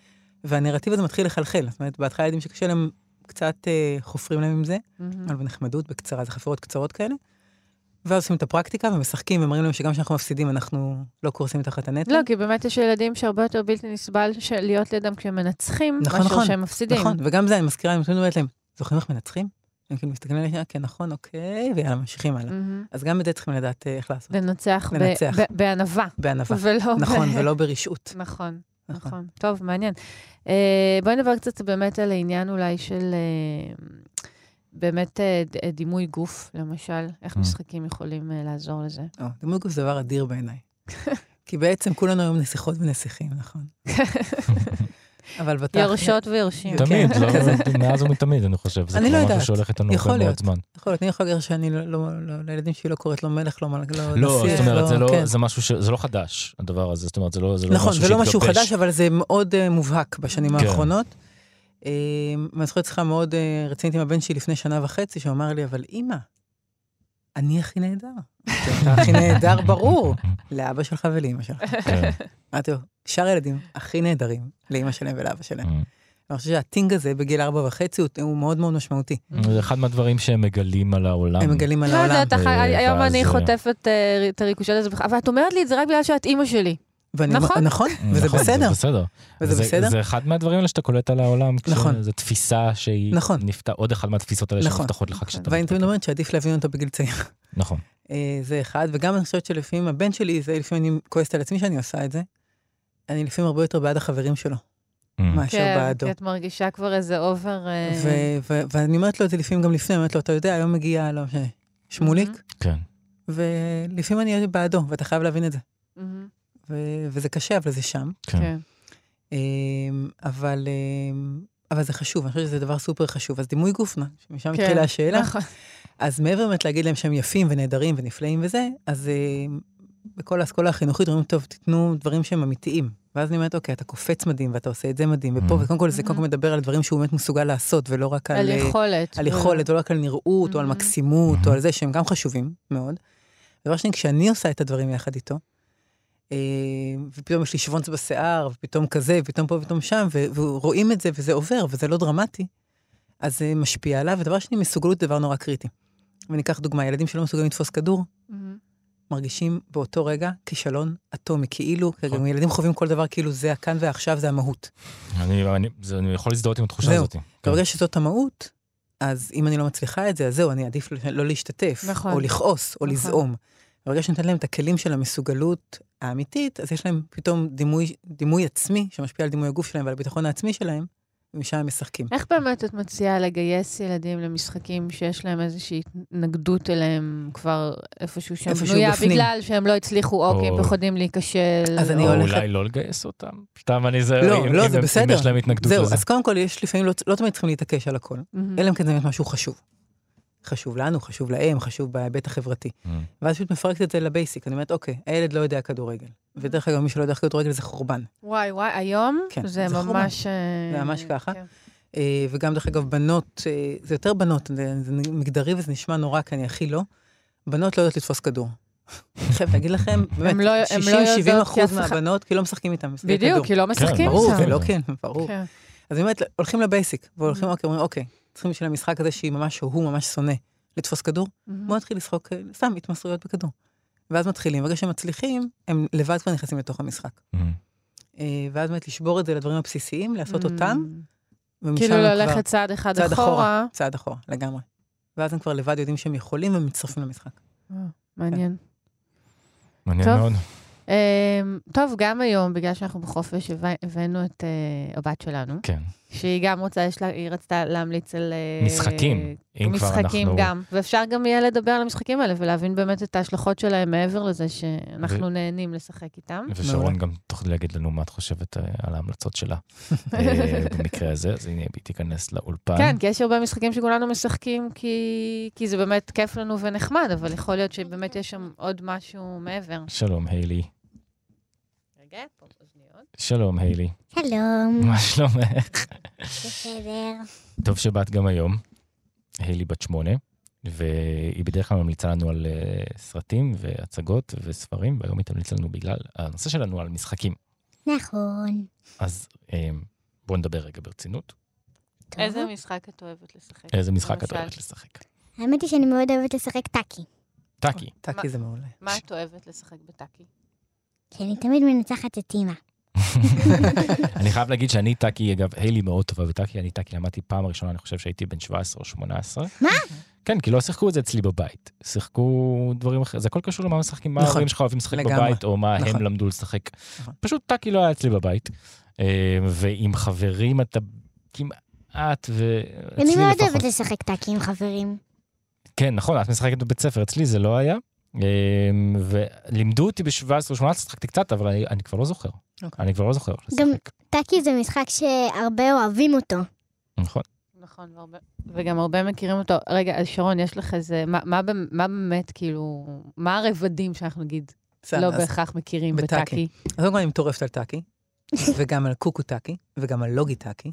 [SPEAKER 5] והנרטיב הזה מתחיל לחלחל. זאת אומרת, בהתחלה ילדים שקשה להם, קצת אה, חופרים להם עם זה,
[SPEAKER 4] מהמם.
[SPEAKER 5] אבל בנחמדות, בקצרה, זה חפירות קצרות כאלה. ואז עושים את הפרקטיקה ומשחקים ומראים להם שגם כשאנחנו מפסידים, אנחנו לא קורסים תחת הנטל.
[SPEAKER 4] לא, כי באמת יש ילדים שהרבה יותר בלתי נסבל של- להיות לידם כשהם מנצחים,
[SPEAKER 5] נכון,
[SPEAKER 4] מאשר
[SPEAKER 5] נכון,
[SPEAKER 4] שהם מפסידים.
[SPEAKER 5] נכון, וגם זה, אני מזכירה, אני תמיד אומרת להם, זוכרים איך מנצחים? הם כאילו מסתכלים עליהם, "אה, כן, נכון, אוקיי, ויאללה, ממשיכים הלאה.
[SPEAKER 4] מהמם.
[SPEAKER 5] אז גם את זה צריכים לדעת אה, איך לעשות.
[SPEAKER 4] לנצח ב-
[SPEAKER 5] לנצח.
[SPEAKER 4] ב- בענווה,
[SPEAKER 5] בענווה.
[SPEAKER 4] ולא... ב-
[SPEAKER 5] נכון,
[SPEAKER 4] [LAUGHS]
[SPEAKER 5] ולא ברשעות.
[SPEAKER 4] נכון. נכון. טוב, מעניין. אה, בואי נדבר קצת באמת על העניין אולי של אה, באמת אה, ד- אה, דימוי גוף, למשל, איך
[SPEAKER 3] Mm.
[SPEAKER 4] משחקים יכולים אה, לעזור לזה.
[SPEAKER 5] או, דימוי גוף לא, זה דבר אדיר בעיניי. כי בעצם כולנו היום נסיכות ונסיכים, נכון? אבל בתכל'ס...
[SPEAKER 4] יורשות ויורשים.
[SPEAKER 3] תמיד,
[SPEAKER 5] כן,
[SPEAKER 3] לא-
[SPEAKER 5] [LAUGHS] כזה.
[SPEAKER 3] מאז ומתמיד, אני חושב. זה
[SPEAKER 5] אני
[SPEAKER 3] כבר
[SPEAKER 5] לא
[SPEAKER 3] משהו
[SPEAKER 5] יודעת.
[SPEAKER 3] שהולך איתנו
[SPEAKER 5] יכול
[SPEAKER 3] הרבה מאוד
[SPEAKER 5] להיות.
[SPEAKER 3] זמן.
[SPEAKER 5] יכול להיות, אני יכולה להגיד שאני לא- לא, לא- לילדים שלי לא קוראת לא מלך, לא מלך, לא
[SPEAKER 3] לא,
[SPEAKER 5] נסיך,
[SPEAKER 3] זאת אומרת, זה
[SPEAKER 5] כן.
[SPEAKER 3] לא, זה משהו ש... זה לא חדש, הדבר הזה. זאת אומרת, זה לא זה לא משהו
[SPEAKER 5] נכון,
[SPEAKER 3] שהתגבש.
[SPEAKER 5] זה לא משהו חדש, אבל זה מאוד אה, מובהק בשנים
[SPEAKER 3] כן.
[SPEAKER 5] האחרונות. אה, אני זוכרת שיחה מאוד אה, רצינית עם הבן שלי לפני שנה וחצי, שהוא אמר לי, אבל אימא, אני הכי נהדר. אתה הכי נהדר, ברור, לאבא שלך ולאימא שלך.
[SPEAKER 3] כן.
[SPEAKER 5] אמרתי לו, שאר הילדים הכי נהדרים, לאימא שלהם ולאבא שלהם.
[SPEAKER 3] Mm.
[SPEAKER 5] אני חושב שהטינג הזה בגיל ארבע וחצי הוא- הוא מאוד מאוד משמעותי.
[SPEAKER 4] Mm.
[SPEAKER 3] זה אחד מהדברים שהם מגלים על העולם.
[SPEAKER 5] הם מגלים על
[SPEAKER 4] לא
[SPEAKER 5] העולם,
[SPEAKER 4] יודעת, אחר-
[SPEAKER 3] אה,
[SPEAKER 4] היום
[SPEAKER 3] ואז,
[SPEAKER 4] אני
[SPEAKER 3] אה,
[SPEAKER 4] חוטפת אה, את הריקושט הזה, בכלל, אבל את אומרת לי את זה רק בגלל שאת אימא שלי.
[SPEAKER 5] ואני-
[SPEAKER 4] נכון.
[SPEAKER 5] נכון, וזה
[SPEAKER 3] נכון,
[SPEAKER 5] בסדר,
[SPEAKER 3] זה בסדר.
[SPEAKER 5] וזה בסדר.
[SPEAKER 3] זה אחד מהדברים האלה שאתה קולט על העולם.
[SPEAKER 5] נכון.
[SPEAKER 3] זו תפיסה שהיא
[SPEAKER 5] נכון.
[SPEAKER 3] נפתח, עוד אחת מהתפיסות האלה
[SPEAKER 5] נכון.
[SPEAKER 3] שנפתחות לך כשאתה...
[SPEAKER 5] ואני תמיד
[SPEAKER 3] מתקדם.
[SPEAKER 5] אומרת שעדיף להבין אותו בגיל צעיר.
[SPEAKER 3] נכון.
[SPEAKER 5] אה, זה אחד, וגם אני חושבת שלפעמים הבן שלי, זה לפעמים אני כועסת על עצמי שאני עושה את זה, אני לפעמים הרבה יותר בעד החברים שלו,
[SPEAKER 3] Mm.
[SPEAKER 5] מאשר
[SPEAKER 4] כן,
[SPEAKER 5] בעדו.
[SPEAKER 4] כי את מרגישה כבר איזה אובר... אה,
[SPEAKER 5] ו- ו- ואני אומרת לו את זה לפעמים גם לפני, אני אומרת לו, אתה יודע, היום מגיע, לא משנה, שמוליק,
[SPEAKER 4] מהמם,
[SPEAKER 3] כן.
[SPEAKER 5] ולפעמים אני אהיה בעדו, ואתה חייב להבין את זה.
[SPEAKER 4] מהמם,
[SPEAKER 5] ו- וזה קשה, אבל זה שם.
[SPEAKER 3] כן.
[SPEAKER 4] כן.
[SPEAKER 5] אה, אבל... אה, אבל זה חשוב, אני חושבת שזה דבר סופר חשוב. אז דימוי גוף, נא, משם
[SPEAKER 4] כן,
[SPEAKER 5] התחילה השאלה.
[SPEAKER 4] נכון.
[SPEAKER 5] אז מעבר באמת להגיד להם שהם יפים ונהדרים ונפלאים וזה, אז אה, בכל האסכולה החינוכית אומרים, טוב, תיתנו דברים שהם אמיתיים. ואז אני אומרת, אוקיי, אתה קופץ מדהים ואתה עושה את זה מדהים, ופה,
[SPEAKER 3] Mhm.
[SPEAKER 5] וקודם כל זה קודם כל
[SPEAKER 4] Mhm.
[SPEAKER 5] מדבר על דברים שהוא באמת מסוגל לעשות, ולא רק על...
[SPEAKER 4] על
[SPEAKER 5] אה,
[SPEAKER 4] יכולת.
[SPEAKER 5] על יכולת, ולא רק על נראות, או על
[SPEAKER 4] Mhm.
[SPEAKER 5] מקסימות, או
[SPEAKER 3] Mhm.
[SPEAKER 5] על זה, שהם גם חשובים מאוד. דבר שני, כשאני עושה את הדברים יחד איתו, אה, ופתאום יש לי שוונץ בשיער, ופתאום כזה, ופתאום פה, ופתאום שם, ו- ורואים את זה, וזה עובר, וזה לא דרמטי, אז זה משפיע עליו. ודבר שני, מסוגלות זה דבר נורא קריטי. וניקח דוגמה, ילדים שלא מסוגלים לתפוס כדור,
[SPEAKER 4] מהמם,
[SPEAKER 5] מרגישים באותו רגע כישלון אטומי, כאילו,
[SPEAKER 3] נכון.
[SPEAKER 5] גם ילדים חווים כל דבר כאילו זה הכאן והעכשיו, זה המהות.
[SPEAKER 3] אני- אני זה- אני יכול להזדהות עם התחושה
[SPEAKER 5] זהו.
[SPEAKER 3] הזאת. כן.
[SPEAKER 5] ברגע שזאת המהות, אז אם אני לא מצליחה את זה, אז זהו, אני עדיף לא להשתתף,
[SPEAKER 4] נכון.
[SPEAKER 5] או לכעוס, או
[SPEAKER 4] נכון.
[SPEAKER 5] לזעום. ברגע שנותן להם את הכלים של המסוגלות האמיתית, אז יש להם פתאום דימוי, דימוי עצמי שמשפיע על דימוי הגוף שלהם ועל הביטחון העצמי שלהם, ומשם הם משחקים.
[SPEAKER 4] איך באמת את מציעה לגייס ילדים למשחקים שיש להם איזושהי התנגדות אליהם כבר איפשהו שם
[SPEAKER 5] איפשהו
[SPEAKER 4] בנויה,
[SPEAKER 5] בפנים.
[SPEAKER 4] בגלל שהם לא הצליחו, או כי הם
[SPEAKER 3] או-
[SPEAKER 4] פחדים להיכשל?
[SPEAKER 5] אז אני
[SPEAKER 4] או-
[SPEAKER 3] או
[SPEAKER 5] הולכת-
[SPEAKER 3] אולי לא לגייס אותם. סתם אני זה...
[SPEAKER 5] לא,
[SPEAKER 3] אם-
[SPEAKER 5] לא,
[SPEAKER 3] אם
[SPEAKER 5] זה
[SPEAKER 3] הם- אם
[SPEAKER 5] בסדר.
[SPEAKER 3] יש להם התנגדות
[SPEAKER 5] זהו,
[SPEAKER 3] לזה.
[SPEAKER 5] אז קודם כל, יש לפעמים, לא, לא תמיד צריכים להתעקש על הכל,
[SPEAKER 4] מהמם.
[SPEAKER 5] אלא אם כן זה באמת משהו חשוב. חשוב לנו, חשוב להם, חשוב בהיבט החברתי.
[SPEAKER 3] Mm.
[SPEAKER 5] ואז פשוט מפרקת את זה לבייסיק, אני אומרת, אוקיי, הילד לא יודע כדורגל. ודרך אגב, מי שלא יודע כדורגל זה חורבן.
[SPEAKER 4] וואי, וואי, היום?
[SPEAKER 5] כן,
[SPEAKER 4] זה
[SPEAKER 5] זה חורבן.
[SPEAKER 4] ממש... אה,
[SPEAKER 5] זה ממש ככה.
[SPEAKER 4] כן.
[SPEAKER 5] אה, וגם, דרך אגב, בנות, אה, זה יותר בנות, זה זה מגדרי וזה נשמע נורא, כי אני הכי לא. בנות לא יודעות לתפוס כדור. [LAUGHS] אני חייבת להגיד לכם,
[SPEAKER 4] הם לא- הם לא
[SPEAKER 5] באמת, 60-70
[SPEAKER 4] יודעות כי
[SPEAKER 5] אחוז
[SPEAKER 4] אף אחד-
[SPEAKER 5] מהבנות, כי לא משחקים איתם משחקי כדור.
[SPEAKER 4] בדיוק, כי לא משחקים
[SPEAKER 5] ברור,
[SPEAKER 4] שם.
[SPEAKER 5] זה לא כן, ברור.
[SPEAKER 4] כן.
[SPEAKER 5] אז באמת, הולכים לבייסיק, והולכים,
[SPEAKER 4] Mhm.
[SPEAKER 5] אוקיי, אומרים, אוקיי, צריכים בשביל המשחק הזה שהיא ממש, או הוא ממש שונא, לתפוס כדור,
[SPEAKER 4] מהמם.
[SPEAKER 5] בוא נתחיל לשחוק, אה, סתם, התמסרויות בכדור. ואז מתחילים, ברגע שהם מצליחים, הם לבד כבר נכנסים לתוך המשחק.
[SPEAKER 3] Mm.
[SPEAKER 5] אה, ואז באמת לשבור את זה לדברים הבסיסיים, לעשות
[SPEAKER 4] מהמם.
[SPEAKER 5] אותם, ומשם
[SPEAKER 4] Mm. כאילו
[SPEAKER 5] הם כבר
[SPEAKER 4] ללכת צעד אחד
[SPEAKER 5] צעד
[SPEAKER 4] אחורה.
[SPEAKER 5] אחורה, צעד אחורה, לגמרי. ואז הם כבר לבד יודעים שהם יכולים, והם מצטרפים למשחק.
[SPEAKER 4] אה,
[SPEAKER 5] כן.
[SPEAKER 4] מעניין.
[SPEAKER 3] מעניין
[SPEAKER 4] טוב.
[SPEAKER 3] מאוד.
[SPEAKER 4] אמ, טוב, גם היום, בגלל שאנחנו בחופש, הבא- הבאנו את אה, הבת שלנו,
[SPEAKER 3] כן.
[SPEAKER 4] שהיא גם רוצה, יש לה, היא רצתה להמליץ על... אה,
[SPEAKER 3] משחקים, אם כבר אנחנו...
[SPEAKER 4] משחקים גם. ואפשר גם יהיה לדבר על המשחקים האלה ולהבין באמת את ההשלכות שלהם מעבר לזה שאנחנו נהנים לשחק איתם.
[SPEAKER 3] ושרון
[SPEAKER 5] מעולה.
[SPEAKER 3] גם תוכלי להגיד לנו מה את חושבת אה, על ההמלצות
[SPEAKER 4] [LAUGHS]
[SPEAKER 3] שלה אה, במקרה הזה, אז הנה היא תיכנס לאולפן.
[SPEAKER 4] כן, כי יש הרבה משחקים שכולנו משחקים כי, כי זה באמת כיף לנו ונחמד, אבל יכול להיות שבאמת יש שם עוד משהו מעבר.
[SPEAKER 3] שלום היילי.
[SPEAKER 4] רגע, פה אוזניות.
[SPEAKER 3] שלום היילי.
[SPEAKER 4] Mm.
[SPEAKER 5] [LAUGHS]
[SPEAKER 6] שלום,
[SPEAKER 3] מה שלומך?
[SPEAKER 6] בסדר.
[SPEAKER 3] טוב שבאת גם היום. היילי בת שמונה, והיא בדרך כלל ממליצה לנו על אה, סרטים והצגות וספרים, והיום היא תמליץ לנו בגלל הנושא שלנו על משחקים.
[SPEAKER 6] נכון.
[SPEAKER 3] אז אה, בואו נדבר רגע ברצינות.
[SPEAKER 6] טוב.
[SPEAKER 4] איזה משחק את אוהבת לשחק?
[SPEAKER 3] איזה משחק את
[SPEAKER 4] למשל,
[SPEAKER 3] אוהבת לשחק?
[SPEAKER 6] האמת היא שאני מאוד אוהבת לשחק טאקי,
[SPEAKER 3] טאקי.
[SPEAKER 5] טאקי זה
[SPEAKER 4] [LAUGHS]
[SPEAKER 5] מעולה.
[SPEAKER 4] מה את אוהבת לשחק בטאקי?
[SPEAKER 6] כי אני תמיד מנצחת את אימא.
[SPEAKER 3] אני חייב להגיד שאני טאקי, אגב, היילי מאוד טובה בטאקי, אני טאקי למדתי פעם ראשונה, אני חושב שהייתי בן 17 או 18.
[SPEAKER 6] מה?
[SPEAKER 3] כן, כי לא שיחקו את זה אצלי בבית. שיחקו דברים אחרים, זה הכל קשור למה משחקים, מה
[SPEAKER 5] נכון.
[SPEAKER 3] ההורים שלך אוהבים לשחק
[SPEAKER 5] לגמרי.
[SPEAKER 3] בבית, או מה הם
[SPEAKER 5] נכון.
[SPEAKER 3] למדו לשחק.
[SPEAKER 5] נכון.
[SPEAKER 3] פשוט טאקי לא היה אצלי בבית. אה, ועם חברים אתה כמעט, ו...
[SPEAKER 6] אני
[SPEAKER 5] לא
[SPEAKER 3] אצלי
[SPEAKER 6] מאוד
[SPEAKER 3] לפחות.
[SPEAKER 6] אוהבת לשחק טאקי עם חברים.
[SPEAKER 3] כן, נכון, את משחקת בבית ספר, אצלי זה לא היה. אמ, ולימדו אותי ב-17-18, שחקתי קצת, אבל אני, אני כבר לא זוכר.
[SPEAKER 5] אוקיי.
[SPEAKER 3] אני כבר לא זוכר.
[SPEAKER 6] גם-
[SPEAKER 3] לשחק.
[SPEAKER 6] טאקי זה משחק שהרבה אוהבים אותו.
[SPEAKER 3] נכון.
[SPEAKER 4] נכון, והרבה- וגם הרבה מכירים אותו. רגע, אז שרון, יש לך איזה... מה- מה במ- מה באמת, כאילו... מה הרבדים שאנחנו נגיד
[SPEAKER 5] בסדר,
[SPEAKER 4] לא
[SPEAKER 5] אז-
[SPEAKER 4] בהכרח מכירים
[SPEAKER 5] בטאקי.
[SPEAKER 4] בטאקי?
[SPEAKER 5] אז קודם כל אני מטורפת על
[SPEAKER 4] [LAUGHS]
[SPEAKER 5] טאקי, וגם על קוקו טאקי, וגם על לוגי טאקי.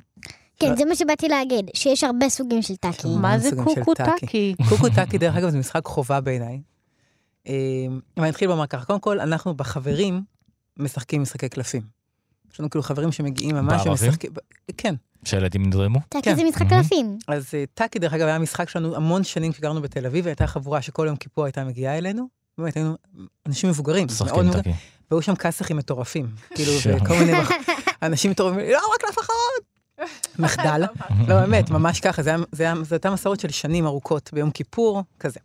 [SPEAKER 6] כן, זה מה שבאתי להגיד, שיש הרבה סוגים של טאקי.
[SPEAKER 5] כן.
[SPEAKER 4] מה זה
[SPEAKER 5] סוגים של
[SPEAKER 4] קוקו
[SPEAKER 5] טאקי.
[SPEAKER 4] טאקי?
[SPEAKER 5] קוקו טאקי, דרך אגב, זה משחק חובה בעיניי. אה, אבל אני אתחיל לומר ככה, קודם כל, אנחנו בחברים משחקים משחקי קלפים. יש לנו כאילו חברים שמגיעים ממש
[SPEAKER 3] בערבים?
[SPEAKER 5] ומשחקים... ב- כן.
[SPEAKER 3] שהילדים נדרמו?
[SPEAKER 6] טאקי
[SPEAKER 5] כן.
[SPEAKER 6] זה משחק
[SPEAKER 3] Mhm.
[SPEAKER 6] קלפים.
[SPEAKER 5] אז אה, טאקי, דרך אגב, היה משחק שלנו המון שנים כשגרנו בתל אביב, הייתה חבורה שכל יום כיפור הייתה מגיעה אלינו. באמת, היינו אנשים מבוגרים, מאוד
[SPEAKER 3] משחקים
[SPEAKER 5] מבוגרים,
[SPEAKER 3] טאקי.
[SPEAKER 5] והיו שם כסאחים מטורפים. כאילו,
[SPEAKER 3] שם.
[SPEAKER 5] וכל מיני מח- אנשים מטורפים, לא, רק לפחות! מחדל. לא, באמת, ממש ככה, זה היה- זה היה- זו הייתה מסורת של שנים ארוכות, ביום כיפור, כזה.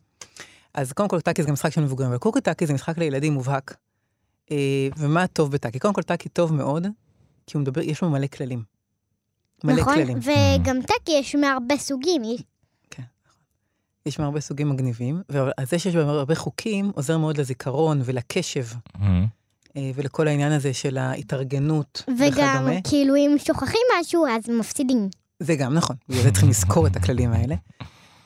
[SPEAKER 5] אז קודם כל, טאקי זה גם משחק של מבוגרים, אבל קוקו טאקי זה משחק לילדים מובהק. אה, ומה טוב בטאקי? קודם כל, טאקי טוב מאוד, כי הוא מדבר, יש לו מלא כללים. מלא
[SPEAKER 6] נכון?
[SPEAKER 5] כללים.
[SPEAKER 6] וגם טאקי יש מהרבה סוגים.
[SPEAKER 5] יש מהרבה סוגים מגניבים, וזה שיש בהם הרבה חוקים עוזר מאוד לזיכרון ולקשב,
[SPEAKER 3] מהמם.
[SPEAKER 5] אה, ולכל העניין הזה של ההתארגנות
[SPEAKER 6] וגם,
[SPEAKER 5] וכדומה.
[SPEAKER 6] כאילו, אם שוכחים משהו, אז מפסידים.
[SPEAKER 5] זה גם נכון, בגלל זה צריכים לזכור את הכללים האלה.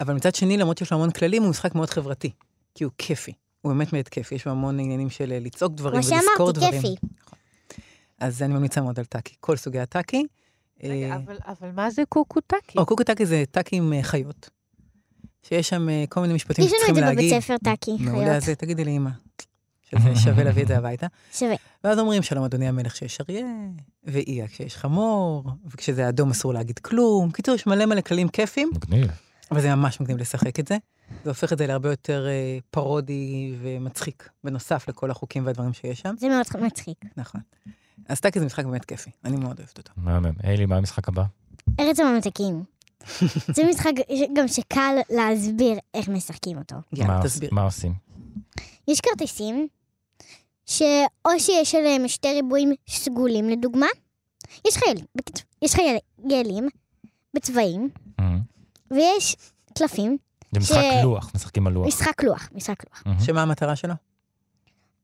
[SPEAKER 5] אבל מצד שני, למרות שיש לו המון כללים, הוא משחק מאוד חברתי, כי הוא כיפי. הוא באמת מאוד כיפי, יש לו המון עניינים של אה, לצעוק דברים
[SPEAKER 6] כמו
[SPEAKER 5] ולזכור
[SPEAKER 6] שאמרתי,
[SPEAKER 5] דברים.
[SPEAKER 6] כיפי.
[SPEAKER 5] אז אני ממליצה מאוד על טאקי, כל סוגי הטאקי.
[SPEAKER 4] רגע,
[SPEAKER 5] אה,
[SPEAKER 4] אבל- אבל מה זה קוקו טאקי?
[SPEAKER 3] אוקיי.
[SPEAKER 5] או קוקו טאקי זה טאקי עם אה, חיות. שיש שם אה, כל מיני משפטים
[SPEAKER 6] יש לנו את
[SPEAKER 5] שצריכים
[SPEAKER 6] זה
[SPEAKER 5] להגיד.
[SPEAKER 6] בבית ספר טאקי,
[SPEAKER 5] מעולה,
[SPEAKER 6] חיות.
[SPEAKER 5] אז אה, תגידי לאמא, שזה שווה להביא את זה הביתה.
[SPEAKER 6] שווה.
[SPEAKER 5] ואז אומרים, שלום אדוני המלך כשיש אריה, ואיה כשיש חמור, וכשזה אדום אסור להגיד כלום. קיצור, יש מלא מלא כללים כיפים,
[SPEAKER 3] מגניב.
[SPEAKER 5] אבל זה ממש מגניב לשחק את זה. זה הופך את זה להרבה יותר אה, פרודי ומצחיק, בנוסף לכל החוקים והדברים שיש שם.
[SPEAKER 6] זה מאוד מצחיק.
[SPEAKER 5] נכון. אז טאקי זה משחק באמת כיפי, אני מאוד אוהבת אותו.
[SPEAKER 3] מהמם. היילי, מה המשחק הבא?
[SPEAKER 6] ארץ הממתקים. זה משחק ש- גם שקל להסביר איך משחקים אותו.
[SPEAKER 5] יאללה,
[SPEAKER 3] מה
[SPEAKER 5] תסביר.
[SPEAKER 3] עוש- מה עושים?
[SPEAKER 6] יש כרטיסים שאו שיש עליהם שתי ריבועים סגולים, לדוגמה, יש חיילים, בקיצור, יש חיילים בצבעים,
[SPEAKER 3] אה.
[SPEAKER 6] ויש קלפים,
[SPEAKER 3] זה משחק
[SPEAKER 6] ש-
[SPEAKER 3] לוח, משחקים על לוח.
[SPEAKER 6] משחק לוח, משחק לוח.
[SPEAKER 3] אה.
[SPEAKER 5] שמה המטרה שלו?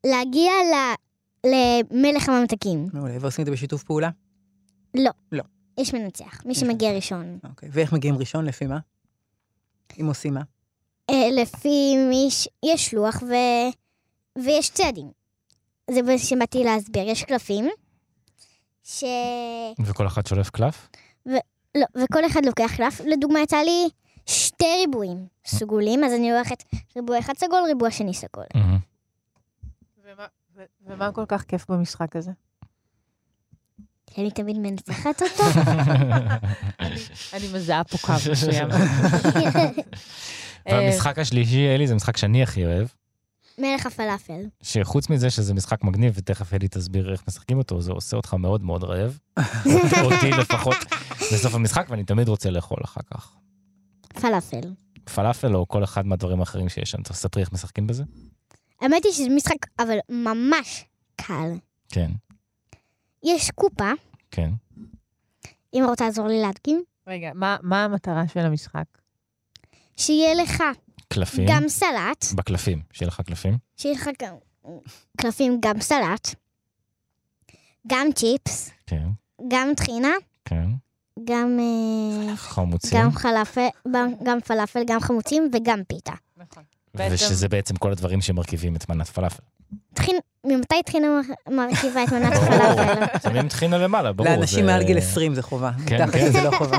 [SPEAKER 6] להגיע ל... למלך הממתקים.
[SPEAKER 5] מעולה, ועושים את זה בשיתוף פעולה?
[SPEAKER 6] יש מנצח, מי שמגיע ראשון.
[SPEAKER 5] אוקיי. ואיך מגיעים ראשון? לפי מה? אם עושים מה?
[SPEAKER 6] אה, לפי מי ש... יש לוח ו... ויש צעדים. זה מה שבאתי להסביר. יש קלפים, ש...
[SPEAKER 3] וכל אחד שולף קלף?
[SPEAKER 6] לא, וכל אחד לוקח קלף. לדוגמה, יצא לי שתי ריבועים סגולים, אז אני לוקחת ריבוע אחד סגול, ריבוע שני סגול.
[SPEAKER 3] אה.
[SPEAKER 4] ומה- ו- ומה כל כך כיף במשחק הזה?
[SPEAKER 6] כי אני תמיד מנצחת אותו. [LAUGHS]
[SPEAKER 4] אני מזהה פה קו מסוים.
[SPEAKER 3] [LAUGHS] והמשחק השלישי, אלי, זה משחק שאני הכי אוהב,
[SPEAKER 6] מלך הפלאפל.
[SPEAKER 3] שחוץ מזה שזה משחק מגניב, ותכף אלי תסביר איך משחקים אותו, זה עושה אותך מאוד מאוד
[SPEAKER 4] [LAUGHS]
[SPEAKER 3] רעב. אותי לפחות בסוף המשחק, ואני תמיד רוצה לאכול אחר כך.
[SPEAKER 6] פלאפל.
[SPEAKER 3] פלאפל או כל אחד מהדברים האחרים שיש שם. תספרי איך משחקים בזה?
[SPEAKER 6] האמת היא שזה משחק, אבל ממש קל.
[SPEAKER 3] כן,
[SPEAKER 6] יש קופה,
[SPEAKER 3] כן.
[SPEAKER 6] אם רוצה לעזור לי להדגים,
[SPEAKER 4] רגע, מה- מה המטרה של המשחק?
[SPEAKER 6] שיהיה לך
[SPEAKER 3] קלפים.
[SPEAKER 6] גם סלט,
[SPEAKER 3] בקלפים, שיהיה לך קלפים.
[SPEAKER 6] שיהיה לך גם קלפים, גם סלט, גם צ'יפס,
[SPEAKER 3] כן,
[SPEAKER 6] גם טחינה,
[SPEAKER 3] כן.
[SPEAKER 6] גם אה,
[SPEAKER 3] חמוצים.
[SPEAKER 6] גם חלפל, גם פלאפל, גם חמוצים וגם פיתה.
[SPEAKER 4] נכון.
[SPEAKER 3] ושזה בעצם כל הדברים שמרכיבים את מנת פלאפל.
[SPEAKER 6] טחין- ממתי טחינה מר- מרכיבה
[SPEAKER 3] [LAUGHS]
[SPEAKER 6] את מנת הפלאפל?
[SPEAKER 3] ברור, שמים טחינה למעלה, ברור.
[SPEAKER 5] לאנשים
[SPEAKER 3] זה-
[SPEAKER 5] מעל גיל 20 זה חובה.
[SPEAKER 3] כן,
[SPEAKER 5] מתחת
[SPEAKER 3] כן.
[SPEAKER 5] לזה לא
[SPEAKER 3] [LAUGHS]
[SPEAKER 5] חובה.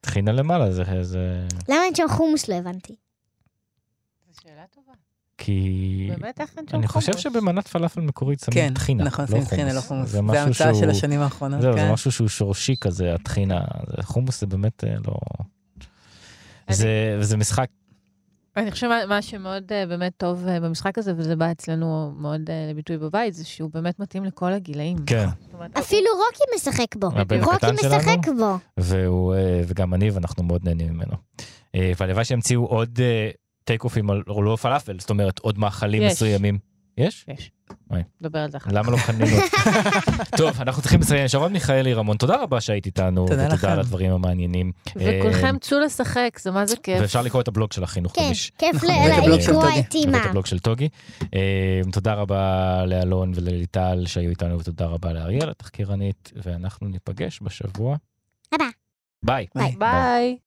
[SPEAKER 3] טחינה למעלה, זה- זה...
[SPEAKER 6] למה אין שם חומוס? לא הבנתי.
[SPEAKER 4] זו שאלה טובה.
[SPEAKER 3] כי...
[SPEAKER 4] באמת לא איך אין שם
[SPEAKER 3] אני חושב
[SPEAKER 4] חומוס?
[SPEAKER 3] שבמנת פלאפל מקורית
[SPEAKER 5] כן,
[SPEAKER 3] שמים טחינה, לא
[SPEAKER 5] נכון,
[SPEAKER 3] חומוס.
[SPEAKER 5] שמים טחינה, לא חומוס.
[SPEAKER 3] זה
[SPEAKER 5] זה
[SPEAKER 3] משהו
[SPEAKER 5] המצאה
[SPEAKER 3] שהוא...
[SPEAKER 5] של השנים האחרונות.
[SPEAKER 3] זהו, זה
[SPEAKER 5] כן.
[SPEAKER 3] משהו שהוא שורשי כזה, הטחינה. זה- חומוס זה באמת אה, לא...
[SPEAKER 4] אני-
[SPEAKER 3] זה- וזה משחק,
[SPEAKER 4] אני חושבת מה- מה שמאוד אה, באמת טוב אה, במשחק הזה, וזה בא אצלנו מאוד אה, לביטוי בבית, זה שהוא באמת מתאים לכל הגילאים.
[SPEAKER 3] כן,
[SPEAKER 4] זאת אומרת,
[SPEAKER 6] אפילו רוקי משחק בו.
[SPEAKER 3] הבן
[SPEAKER 6] רוקי
[SPEAKER 3] הקטן שלנו?
[SPEAKER 6] משחק בו.
[SPEAKER 3] והוא, אה, וגם אני, ואנחנו מאוד נהנים ממנו. אה, והלוואי שימציאו עוד אה, טייק אופים על או לא פלאפל, זאת אומרת, עוד מאכלים
[SPEAKER 4] יש.
[SPEAKER 3] מסוימים. יש?
[SPEAKER 4] יש.
[SPEAKER 3] אוי.
[SPEAKER 4] נדבר על זה אחר כך.
[SPEAKER 3] למה לא קנינו?
[SPEAKER 6] [LAUGHS]
[SPEAKER 3] טוב, אנחנו צריכים לסיים. שרון מיכאלי רמון, תודה רבה שהיית איתנו,
[SPEAKER 5] תודה
[SPEAKER 3] ותודה
[SPEAKER 5] לכם.
[SPEAKER 3] על הדברים המעניינים.
[SPEAKER 4] וכולכם צאו לשחק, זה מה זה כיף.
[SPEAKER 3] ואפשר לקרוא את הבלוג של החינוך
[SPEAKER 6] כן,
[SPEAKER 3] חמיש.
[SPEAKER 6] כיף
[SPEAKER 5] נכון,
[SPEAKER 6] ל-
[SPEAKER 3] ואת הבלוג של
[SPEAKER 6] לקרוא
[SPEAKER 5] טודי.
[SPEAKER 6] איתי
[SPEAKER 3] ואת
[SPEAKER 6] מה.
[SPEAKER 3] הבלוג של טוגי. אה, תודה רבה לאלון ולליטל שהיו איתנו, ותודה רבה לאריאל, התחקירנית, ואנחנו ניפגש בשבוע
[SPEAKER 6] הבא.
[SPEAKER 3] ביי.
[SPEAKER 4] ביי.